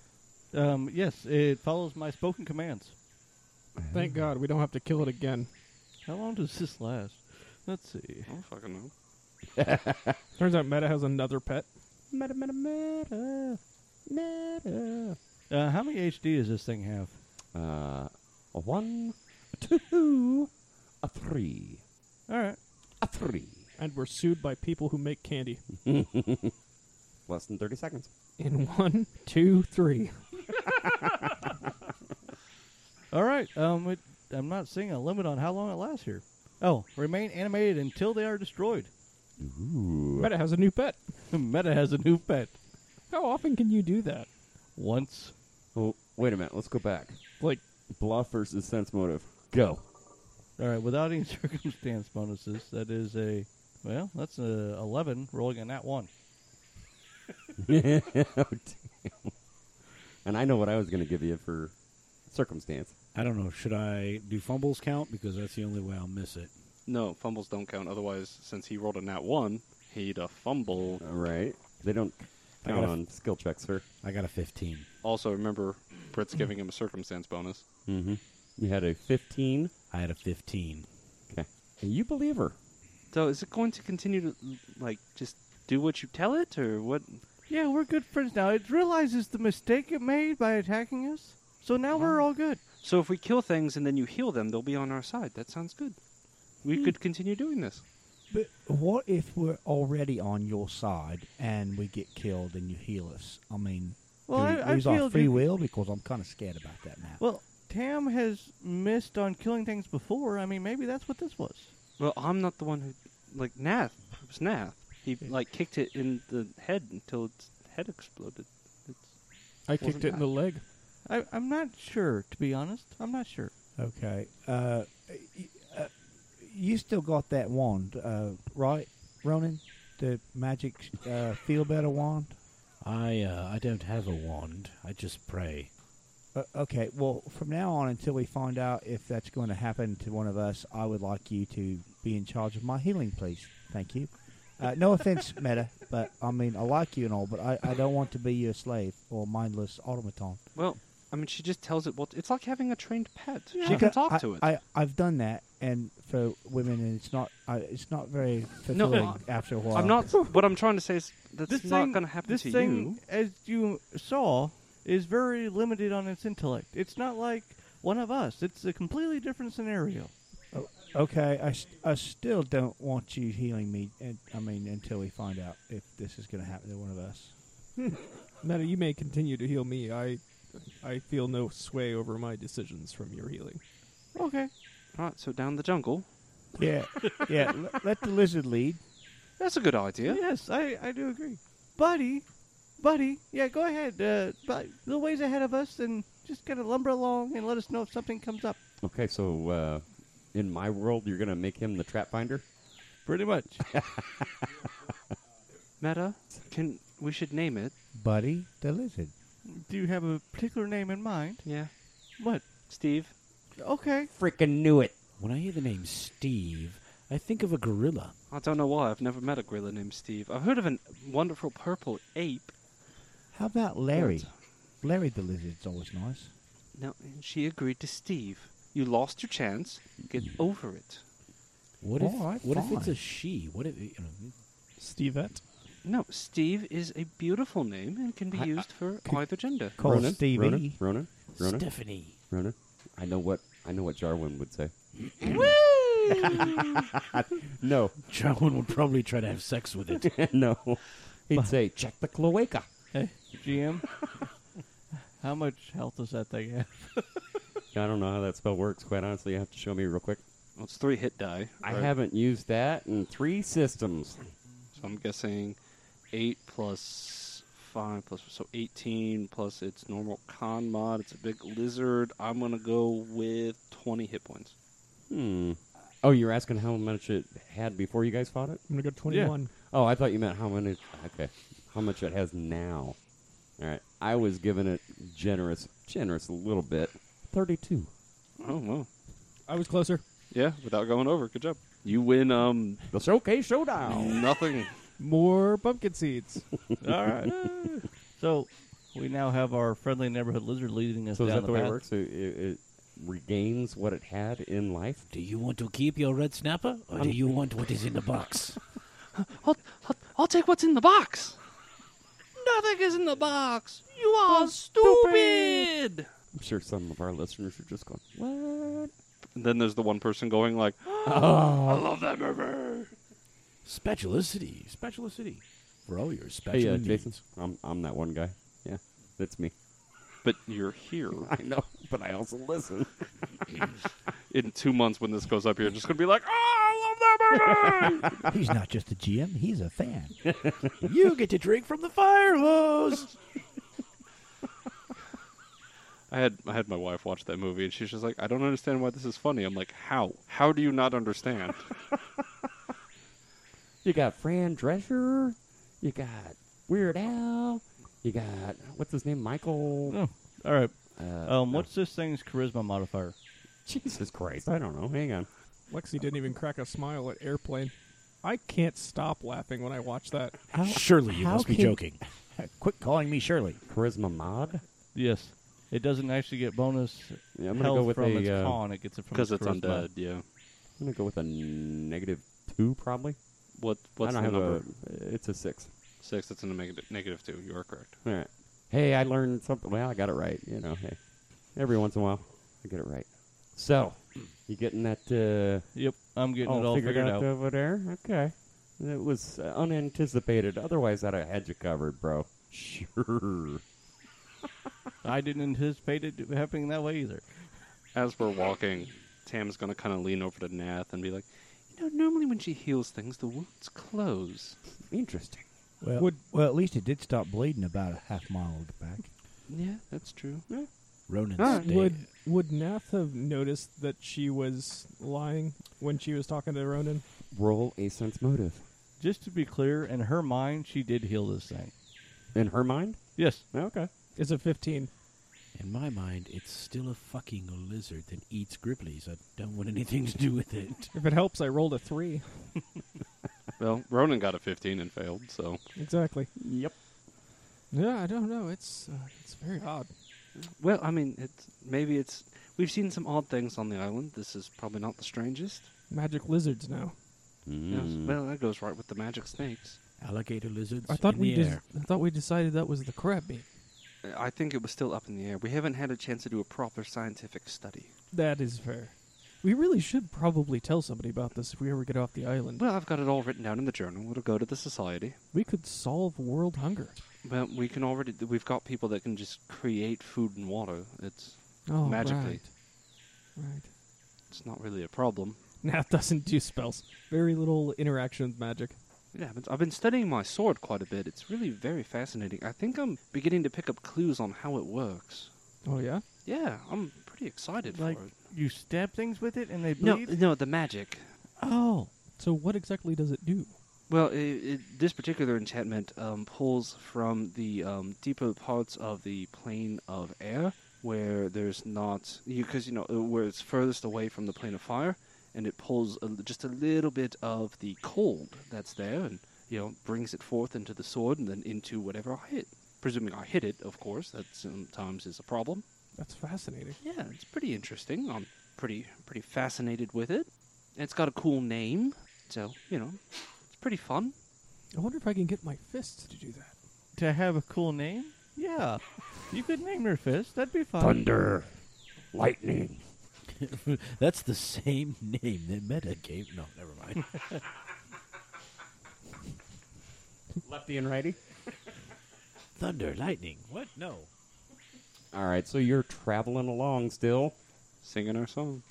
Um, yes, it follows my spoken commands.
Thank God we don't have to kill it again.
How long does this last? Let's see.
I don't fucking know.
Turns out Meta has another pet.
Meta, meta, meta, meta.
Uh, how many HD does this thing have?
Uh, a one, a two, a three,
All right.
a three.
And we're sued by people who make candy.
Less than thirty seconds.
In one, two, three.
All right. Um, it, I'm not seeing a limit on how long it lasts here. Oh, remain animated until they are destroyed.
Meta has a new pet.
Meta has a new pet.
How often can you do that?
Once.
Oh, wait a minute. Let's go back.
Like,
Bluff versus sense motive. Go.
All right, without any circumstance bonuses, that is a well, that's a 11 rolling on that one.
oh, damn. And I know what I was going to give you for circumstance.
I don't know. Should I do fumbles count because that's the only way I'll miss it?
No, fumbles don't count. Otherwise, since he rolled a nat one, he'd a fumble.
All right. They don't
I
count
gotta-
on skill checks, sir.
I got a fifteen.
Also, remember, Britt's giving him a circumstance bonus.
Mm-hmm. You had a 15.
I had a fifteen.
Okay. And you believe her.
So, is it going to continue to like just do what you tell it, or what?
Yeah, we're good friends now. It realizes the mistake it made by attacking us, so now we're all good.
So, if we kill things and then you heal them, they'll be on our side. That sounds good. We could continue doing this.
But what if we're already on your side and we get killed and you heal us? I mean,
Well,
do we
I- I
lose
feel
our free
you-
will because I'm kind of scared about that now.
Well, Tam has missed on killing things before. I mean, maybe that's what this was.
Well, I'm not the one who, like Nath. It was Nath. He like kicked it in the head until its head exploded. It's,
I kicked it in the leg.
I, I'm not sure, to be honest. I'm not sure.
okay, uh, y- uh, you still got that wand, uh, right, Ronan? The magic uh, feel better wand.
I uh, I don't have a wand. I just pray.
Uh, okay, well, from now on until we find out if that's going to happen to one of us, I would like you to be in charge of my healing, please. Thank you. Uh, no offense, Meta, but I mean, I like you and all, but I, I don't want to be your slave or mindless automaton.
well, I mean, she just tells it. Well, it's like having a trained pet. She
Okay,
can talk
I,
to it.
I, I've done that, and for women, and it's not I, it's not very
No,
fulfilling after a while.
I'm not. what I'm trying to say is that's
This
not
thing-
going to happen
This
to
thing,
you.
as you saw, is very limited on its intellect. It's not like one of us. It's a completely different scenario.
Okay, I, st- I still don't want you healing me, and, I mean, until we find out if this is going to happen to one of us.
Meta, you may continue to heal me. I, I feel no sway over my decisions from your healing.
Okay.
Right. So down the jungle.
Yeah, yeah, l- let the lizard lead.
That's a good idea.
Yes, I, I do agree. Buddy, buddy, yeah, go ahead. Uh, but the ways ahead of us, and just kind of lumber along and let us know if something comes up.
Okay, so uh, in my world, you're going to make him the trap finder?
Pretty much.
Meta. Can we should name it
Buddy the lizard.
Do you have a particular name in mind?
Yeah.
What?
Steve.
Okay.
Freaking knew it.
When I hear the name Steve, I think of a gorilla.
I don't know why. I've never met a gorilla named Steve. I've heard of a wonderful purple ape.
How about Larry? Larry the lizard's always nice.
No, and she agreed to Steve. You lost your chance. Get over it.
What if?
All right,
what if it's a
fine.
she? What if? You know,
Stevette.
No, Steve is a beautiful name and can be used for either gender.
Call
Ronan,
Stevie.
Ronan, Ronan, Ronan,
Stephanie.
Ronan. I know what I know what Jarwin would say. no,
Jarwin would probably try to have sex with it.
no. He'd say, "Check the cloaca."
Hey, GM. How much health does that thing have?
I don't know how that spell works. Quite honestly, you have to show me real quick.
Well, it's three hit die.
I
right?
haven't used that in three systems.
So I'm guessing eight plus five plus so eighteen plus its normal con mod. It's a big lizard. I'm gonna go with twenty hit points.
Hmm. Oh, you were asking how much it had before you guys fought it?
I'm gonna go 21.
Oh, I thought you meant how many. Okay, how much it has now? All right, I was giving it generous, generous a little bit. Thirty-two.
Oh well.
I was closer.
Yeah, without going over. Good job. You win um
The showcase showdown.
nothing.
More pumpkin seeds.
All right. so we now have our friendly neighborhood lizard leading us
So is
down
that the way
path.
it works? It, it, it regains what it had in life.
Do you want to keep your red snapper, or do you want what is in the box?
I'll, I'll, I'll take what's in the box. Nothing is in the box. You are stupid.
I'm sure some of our listeners are just going, "What?"
And then there's the one person going like,
Oh.
Oh.
I love that movie.
Spatula City, Spatula City, for all your spatula
Hey, uh,
needs.
Jason, I'm I'm that one guy. Yeah, that's me.
But you're here.
I know, but I also listen.
In two months, when this goes up, you're just gonna be like, "Oh, I love that movie."
He's not just a GM, he's a fan.
You get to drink from the fire hose.
I had I had my wife watch that movie and she's just like, I don't understand why this is funny. I'm like, how? How do you not understand?
You got Fran Drescher. You got Weird Al. You got what's his name, Michael.
Oh, all right.
Uh,
Um, what's this thing's charisma modifier?
Jesus Christ, I don't know. Hang on.
Lexi didn't even crack a smile at airplane. I can't stop laughing when I watch that.
How,
Surely you
how
must be
can-
joking.
Quit calling me Shirley.
Charisma mod.
Yes. It doesn't actually get bonus
Yeah, I'm gonna
health
go with
from
a,
its
uh,
con. It gets it from
Because it's
charisma.
undead. Yeah.
I'm gonna go with a negative two, probably.
What What's
I
the
don't have
number?
a. It's a six.
Six. That's in the negative, negative two. You are correct.
All right. Hey, I learned something. Well, I got it right. You know, hey, every once in a while, I get it right. So, you getting that uh,
Yep. I'm getting
all
it all
figured,
figured
out,
out.
over there? Okay. It was uh, unanticipated. Otherwise, I'd have had you covered, bro. Sure.
I didn't anticipate it happening that way either.
As we're walking, Tam's gonna kind of lean over to Nath and be like, you know, normally when she heals things, the wounds close.
Interesting.
Well,
Would-
well, at least it did stop bleeding about a half mile back.
Yeah, that's true.
Ronan's
All right.
stay-
Would would Nath have noticed that she was lying when she was talking to Ronan?
Roll a sense motive.
Just to be clear, in her mind, she did heal this thing.
In her mind?
Yes.
Okay.
It's a 15.
In my mind, it's still a fucking lizard that eats gripplies. I don't want anything to do with it.
If it helps, I rolled a 3.
Well, Ronan got a 15 and failed, so
Exactly.
Yep.
Yeah, I don't know. It's uh, it's very odd.
Well, I mean, it's maybe it's we've seen some odd things on the island. This is probably not the strangest.
Magic lizards now.
Yes. Well, that goes right with the magic snakes.
Alligator lizards.
I thought
in
we
the
des-
air.
I thought we decided that was the crab meat.
Uh, I think it was still up in the air. We haven't had a chance to do a proper scientific study.
That is fair. We really should probably tell somebody about this if we ever get off the island.
Well, I've got it all written down in the journal. It'll go to the society.
We could solve world hunger.
Well, we can already. We've got people that can just create food and water. It's
Oh,
magically.
Right. right.
It's not really a problem.
Nath doesn't do spells. Very little interaction with magic.
It happens. I've been studying my sword quite a bit. It's really very fascinating. I think I'm beginning to pick up clues on how it works.
Oh yeah.
Yeah, I'm pretty excited
Like,
for it.
you stab things with it and they
No,
bleed?
no, the magic.
Oh.
So what exactly does it do?
Well, it, it, this particular enchantment um, pulls from the um, deeper parts of the plane of air, where there's not because you, know uh, where it's furthest away from the plane of fire, and it pulls a, just a little bit of the cold that's there, and you know brings it forth into the sword, and then into whatever I hit. Presuming I hit it, of course, that sometimes is a problem.
That's fascinating.
Yeah, it's pretty interesting. I'm pretty pretty fascinated with it. And it's got a cool name, so you know, it's pretty fun.
I wonder if I can get my fists to do that.
To have a cool name? Yeah. you could name your fist. That'd be fun.
Thunder, lightning.
That's the same name that Meta gave. No, never mind.
Lefty and righty.
Thunder, lightning. What? No.
All right, so you're traveling along still.
Singing our song.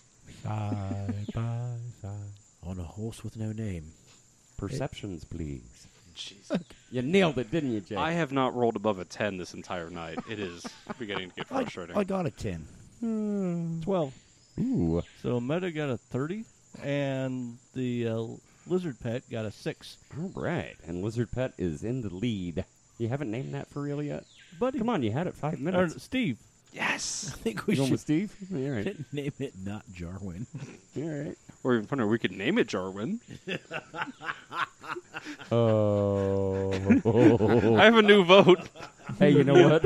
Uh,
Side by side.
On a horse with no name.
Perceptions, please.
Jeez.
You nailed it, didn't you, Jay?
I have not rolled above a ten this entire night. It is beginning to get
I,
frustrating.
I got a 10.
Twelve.
Ooh.
So Meta got a 30, and the uh, lizard pet got a 6.
All right, and Lizard Pet is in the lead. You haven't named that for real yet?
Buddy.
Come on, you had it five
Or,
minutes.
Steve.
yes.
I think we
You going with
should
Steve? All right.
name it not Jarwin.
All right.
Or even funnier, we could name it Jarwin.
Oh.
I have a new vote.
hey, you know what?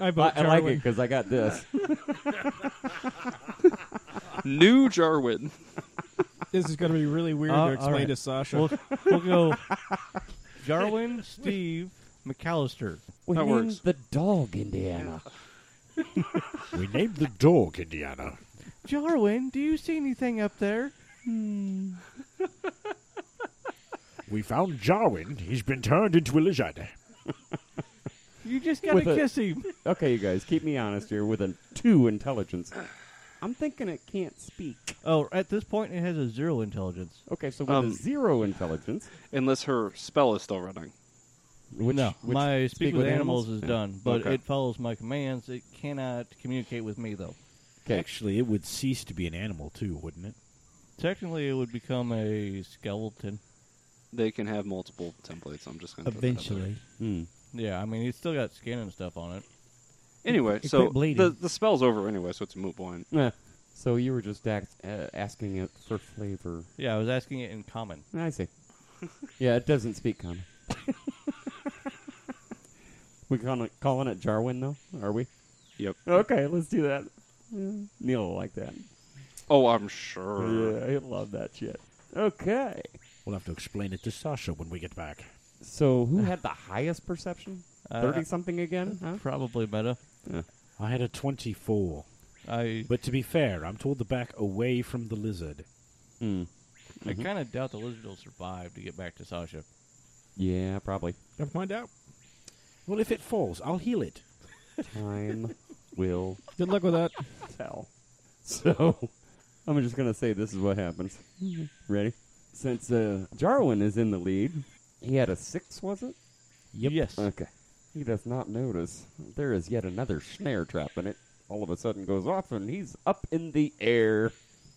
I
I,
vote
I like it
Jarwin.
because I got this.
new Jarwin.
This is going to be really weird
Uh,
to explain
alright.
to Sasha.
We'll, we'll go Jarwin, Steve, McAllister.
We
That
named
works.
the dog Indiana.
we named the dog Indiana.
Jarwin, do you see anything up there?
We found Jarwin. He's been turned into a lizard.
You just gotta
With a-
kiss him.
Okay, you guys, keep me honest here with a two intelligence. I'm thinking it can't speak.
Oh, at this point, it has a zero intelligence.
Okay, so with a
Um,
zero intelligence,
Unless her spell is still running.
which,
no,
which
my speak, with, animals, is done, but
Okay.
it follows my commands. It cannot communicate with me though.
Okay,
Actually, it would cease to be an animal too, wouldn't it?
Technically, it would become a skeleton.
They can have multiple templates. I'm just going to
Eventually.
hmm.
Yeah, I mean, it's still got skin and stuff on it.
Anyway,
It
so
quit bleeding.
the the spell's over anyway, so it's a moot point.
Eh. So you were just act, uh, asking it for flavor.
Yeah, I was asking it in common.
I see. yeah, it doesn't speak common. we calling it, calling it Jarwin though, are we?
Yep.
Okay, let's do that. Yeah, Neil will like that.
Oh, I'm sure.
Yeah, I love that shit. Okay.
We'll have to explain it to Sasha when we get back.
So who had the highest perception?
Uh,
Thirty something again? Huh?
Probably meta.
I had a 24.
I
But to be fair, I'm told to back away from the lizard.
Mm.
I kind of doubt the lizard will survive to get back to Sasha.
Yeah, probably.
Never mind out.
Well, if it falls, I'll heal it.
Time will
Good luck with that.
tell. So, I'm just going to say this is what happens. Ready? Since uh, Jarwin is in the lead, he had a six, was it?
Yes.
Okay. He does not notice. There is yet another snare trap, and it all of a sudden goes off, and he's up in the air.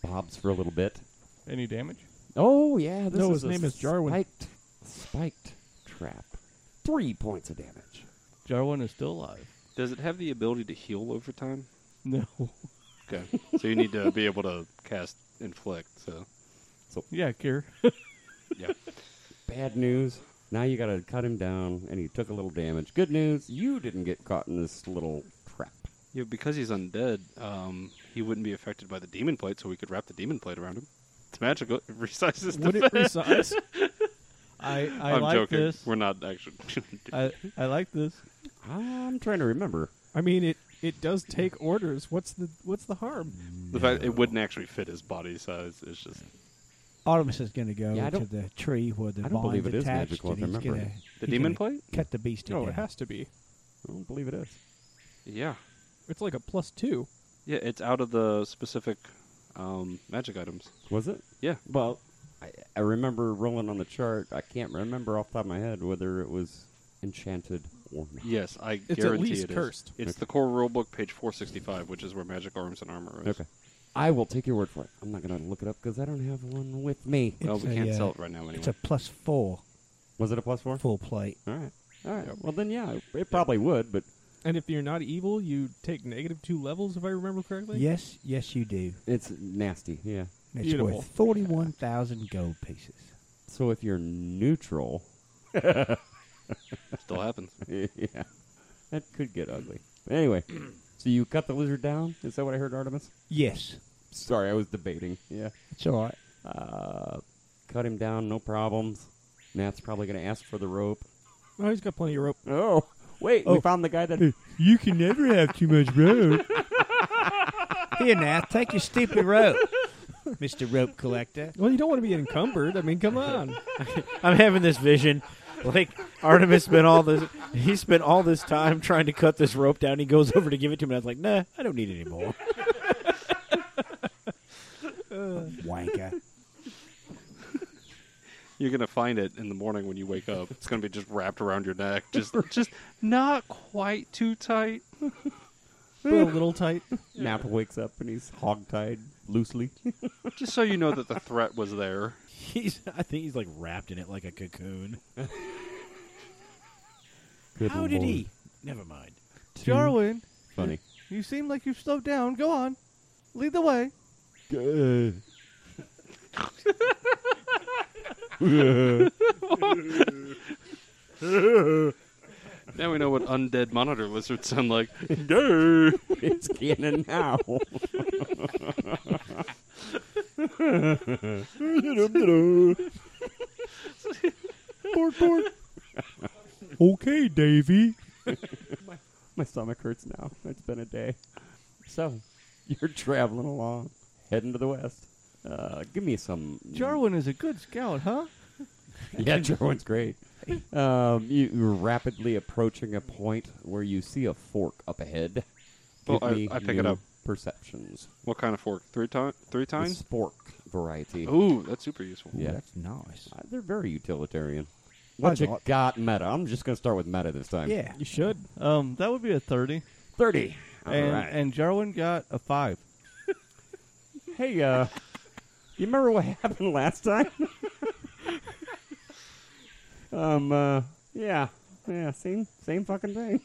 Bobs for a little bit.
Any damage?
Oh, yeah. This
No,
is
his
a
name is Jarwin.
Spiked, spiked trap. Three points of damage.
Jarwin is still alive.
Does it have the ability to heal over time?
No.
Okay. so you need to be able to cast inflict. So
Yeah, Kier.
yeah.
Bad news. Now you got to cut him down, and he took a little damage. Good news. You didn't get caught in this little trap.
Yeah, because he's undead, um, he wouldn't be affected by the demon plate, so we could wrap the demon plate around him. It's magical. It resizes
Would
the
it
fa-
resize?
I I
I'm
like
joking.
this.
We're not actually.
I I like this.
I'm trying to remember.
I mean, it it does take orders. What's the what's the harm?
the fact it wouldn't actually fit his body size is just.
Artemis is going to go
Yeah, I
to
don't-
the tree where the
I don't
vine's
believe it is
attached,
magical,
and
if I
he's
remember
gonna-
it.
The
he's
demon
gonna
plate?
Cut the beast
Oh,
again.
it has to be.
I don't believe it is.
Yeah.
It's like a plus two.
Yeah, it's out of the specific um, magic items.
Was it?
Yeah.
Well, I, I remember rolling on the chart. I can't remember off the top of my head whether it was enchanted or not.
Yes, I
at
guarantee
least
it is.
cursed.
It's the core rulebook, page 465, which is where magic arms and armor is.
Okay. I will take your word for it. I'm not going to look it up because I don't have one with me.
Well,
It's
we
a,
can't
uh,
sell it right now anyway.
It's a plus four
Was it a plus four?
full plate.
All right. All right. Well, then, yeah, it- it probably would, but
And if you're not evil, you take negative two levels, if I remember correctly.
Yes, yes, you do.
it's nasty. Yeah.
And It's
Beautiful.
worth forty-one thousand gold pieces.
So if you're neutral,
Still happens.
yeah, that could get ugly. But anyway, so you cut the lizard down? Is that what I heard, Artemis?
Yes,
Sorry, I was debating. Yeah.
it's all right.
Uh, cut him down, no problems. Nat's probably going to ask for the rope.
Oh, he's got plenty of rope.
Oh, wait, we
Oh.
found the guy that.
You can never have too much rope. Here, Nath, take your stupid rope, Mister Rope Collector.
Well, you don't want to be encumbered. I mean, come on.
I'm having this vision. Like Artemis spent all this, he spent all this time trying to cut this rope down. He goes over to give it to me. and I was like, Nah, I don't need any more.
Wanker.
You're gonna find it in the morning when you wake up. It's gonna be just wrapped around your neck, just just not quite too tight.
Put a little tight.
Nap wakes up and he's hogtied loosely.
Just so you know that the threat was there.
He's, I think he's like wrapped in it like a cocoon.
Good
How did
lord.
he? Never mind.
Jarwin,
Funny.
you seem like you've slowed down. Go on, lead the way.
Now we know what undead monitor lizards sound like.
it's canon now.
Okay, Davy.
My stomach hurts now. It's been a day. So, you're traveling along, heading to the west. Uh, give me some.
Jarwin is a good scout, huh?
Yeah, Jarwin's great. Um, you, you're rapidly approaching a point where you see a fork up ahead.
Well,
Give
Oh, I-
me
I pick it
new
up.
Perceptions.
What kind of fork? Three time? Three
The
times?
spork variety.
Ooh, that's super useful.
Yeah.
that's nice.
Uh, they're very utilitarian. What you
not.
got, Meta? I'm just going to start with Meta this time.
Yeah,
You should.
Um, that would be a thirty,
30. All
and
right.
and Jarwin got a five.
Hey, uh, you remember what happened last time? um, uh, yeah, yeah, same, same fucking thing.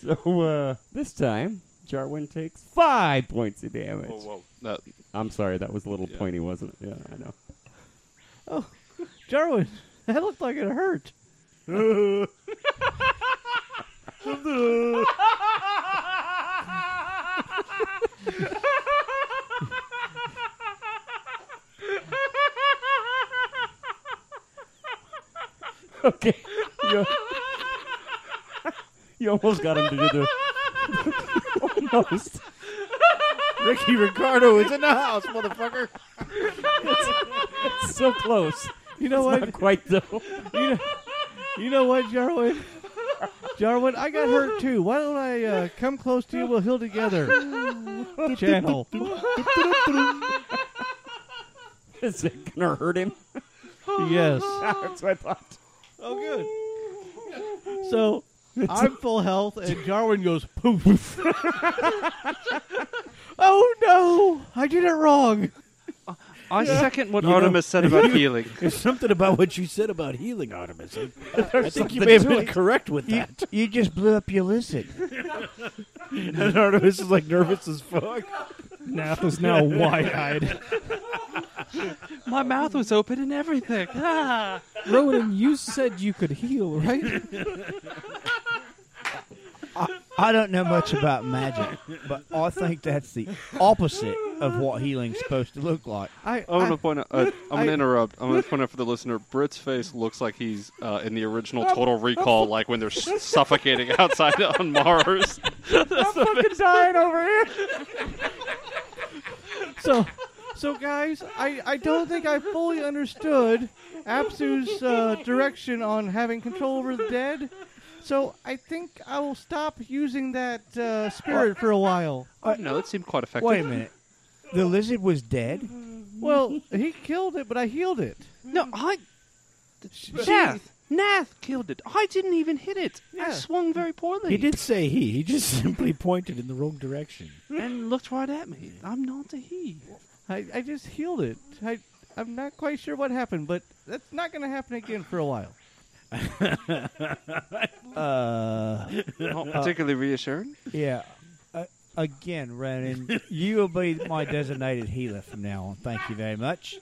So, uh, this time, Jarwin takes five points of damage.
Whoa, whoa. That,
I'm sorry, that was a little
Yeah.
pointy, wasn't it? Yeah, I know.
Jarwin, that looked like it hurt.
Okay, you, you almost got him to do the almost.
Ricky Ricardo is in the house, motherfucker.
It's so close.
You know
It's
what?
not quite though.
You know, you know what, Jarwin? Jarwin, I got hurt too. Why don't I uh, come close to you? We'll heal together. Channel.
Is it gonna hurt him?
Yes.
That's what I thought.
Oh, good. So I'm full health, and Jarwin goes poof. oh no! I did it wrong.
I second what Artemis said about healing.
There's something about what you said about healing Artemis. I- I think you may have been correct with that.
you just blew up your lizard.
and Artemis is like nervous as fuck.
Nath is now wide-eyed.
My mouth was open and everything. Ah.
Rowan, you said you could heal, right?
I don't know much about magic, but I think that's the opposite of what healing's supposed to look like.
I, I-
I'm gonna point out. Uh, I'm gonna
I-
interrupt. I'm gonna point out for the listener. Britt's face looks like he's uh, in the original Total Recall, like when they're s- suffocating outside on Mars.
so so guys, I, I don't think I fully understood Apsu's uh, direction on having control over the dead. So I think I will stop using that uh, spirit for a while.
no, that seemed quite effective.
Wait a minute. The lizard was dead?
Well, he killed it, but I healed it.
No, I.
She,
Beth, Nath killed it. I didn't even hit it. I swung very poorly.
He did say he. He just simply pointed in the wrong direction.
And looked right at me. I'm not a he.
I, I just healed it. I, I'm not quite sure what happened, but that's not going to happen again for a while. uh,
Not particularly reassuring.
Yeah. Uh, again, Renan, you will be my designated healer from now on. Thank you very much.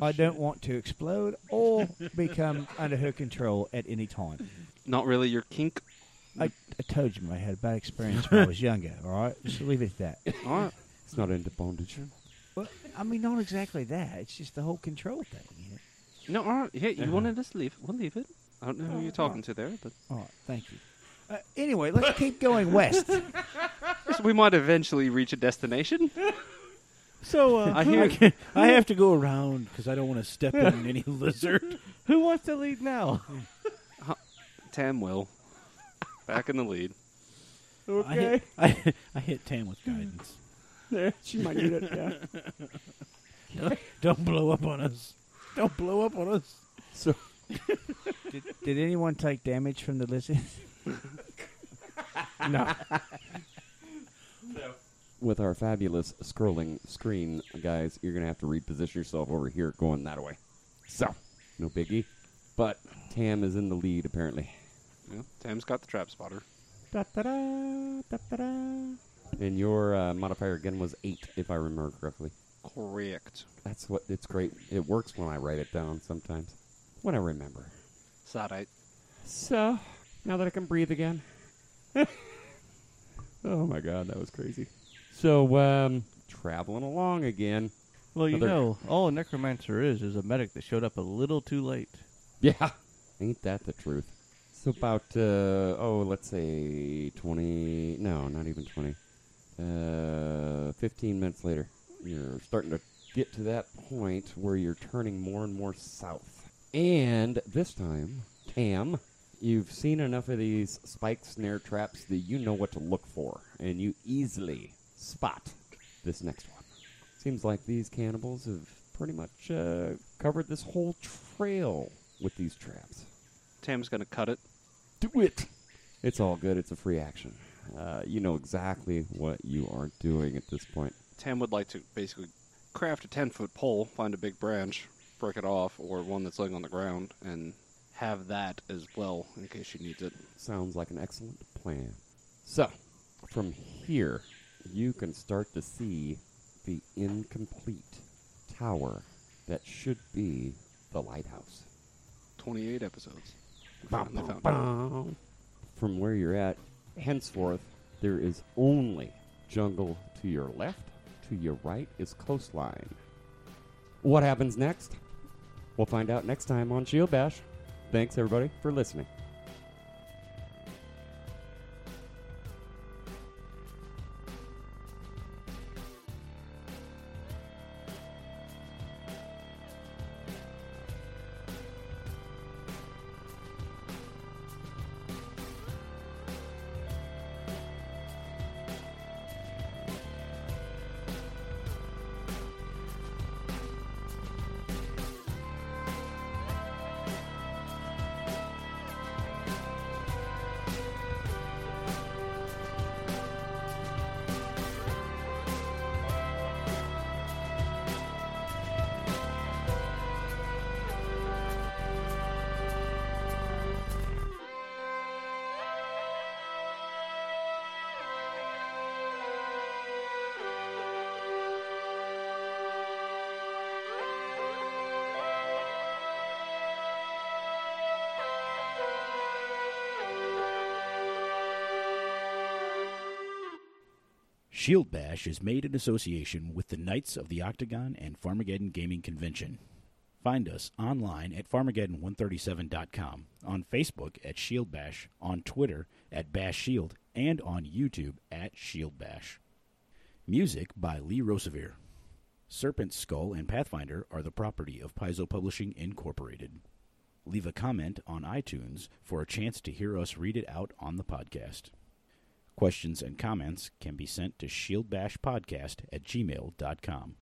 I don't want to explode or become under her control at any time.
Not really your kink.
I, I told you I had a bad experience when I was younger, all right? Just leave it at that.
All right.
It's not into bondage.
Well, I mean, not exactly that. It's just the whole control thing. You know?
No, all right. Hey, you wanted us to leave? We'll leave it. I don't know who you're talking to there, but
All right, thank you. Uh, anyway, let's keep going west.
So we might eventually reach a destination.
so, uh,
I
who,
hear
I have to go around because I don't want to step in any lizard.
who wants to lead now?
Tam will. Back in the lead.
I hit, I, I hit Tam with guidance.
she might need it. Yeah.
Don't blow up on us. Don't blow up on us.
Did, did anyone take damage from the lizard?
With our fabulous scrolling screen, guys, you're going to have to reposition yourself over here going that way. So, no biggie. But Tam is in the lead, apparently.
Yeah, Tam's got the trap spotter.
Da-da-da, da-da-da. And your uh, modifier again was 8, if I remember correctly.
Correct.
That's what, it's great. It works when I write it down sometimes. When I remember.
Sadite.
So, now that I can breathe again. oh my god, that was crazy. So, um, traveling along again.
Well, you
Another-
know, all a necromancer is is a medic that showed up a little too late.
Yeah. Ain't that the truth? So about uh oh, let's say 20 no, not even 20. Uh 15 minutes later, you're starting to get to that point where you're turning more and more south. And this time, Tam, you've seen enough of these spike snare traps that you know what to look for and you easily spot this next one. Seems like these cannibals have pretty much uh, covered this whole trail with these traps.
Tam's gonna cut it.
Do it! It's all good. It's a free action. Uh, you know exactly what you are doing at this point.
Tam would like to basically craft a ten foot pole, find a big branch, break it off, or one that's laying on the ground, and have that as well in case she needs it.
Sounds like an excellent plan. So, from here, you can start to see the incomplete tower that should be the lighthouse.
Twenty eight episodes.
Bum,
Finally
bum,
found it.
bum. From where you're at, henceforth, there is only jungle to your left, to your right is coastline. What happens next? We'll find out next time on Shield Bash. Thanks, everybody, for listening.
Shield Bash is made in association with the Knights of the Octagon and Farmageddon Gaming Convention. Find us online at farmageddon137.com, on Facebook at Shield Bash, on Twitter at Bash Shield, and on YouTube at Shield Bash. Music by Lee Rosevere. Serpent Skull and Pathfinder are the property of Paizo Publishing Incorporated. Leave a comment on iTunes for a chance to hear us read it out on the podcast. Questions and comments can be sent to shieldbashpodcast at gmail.com.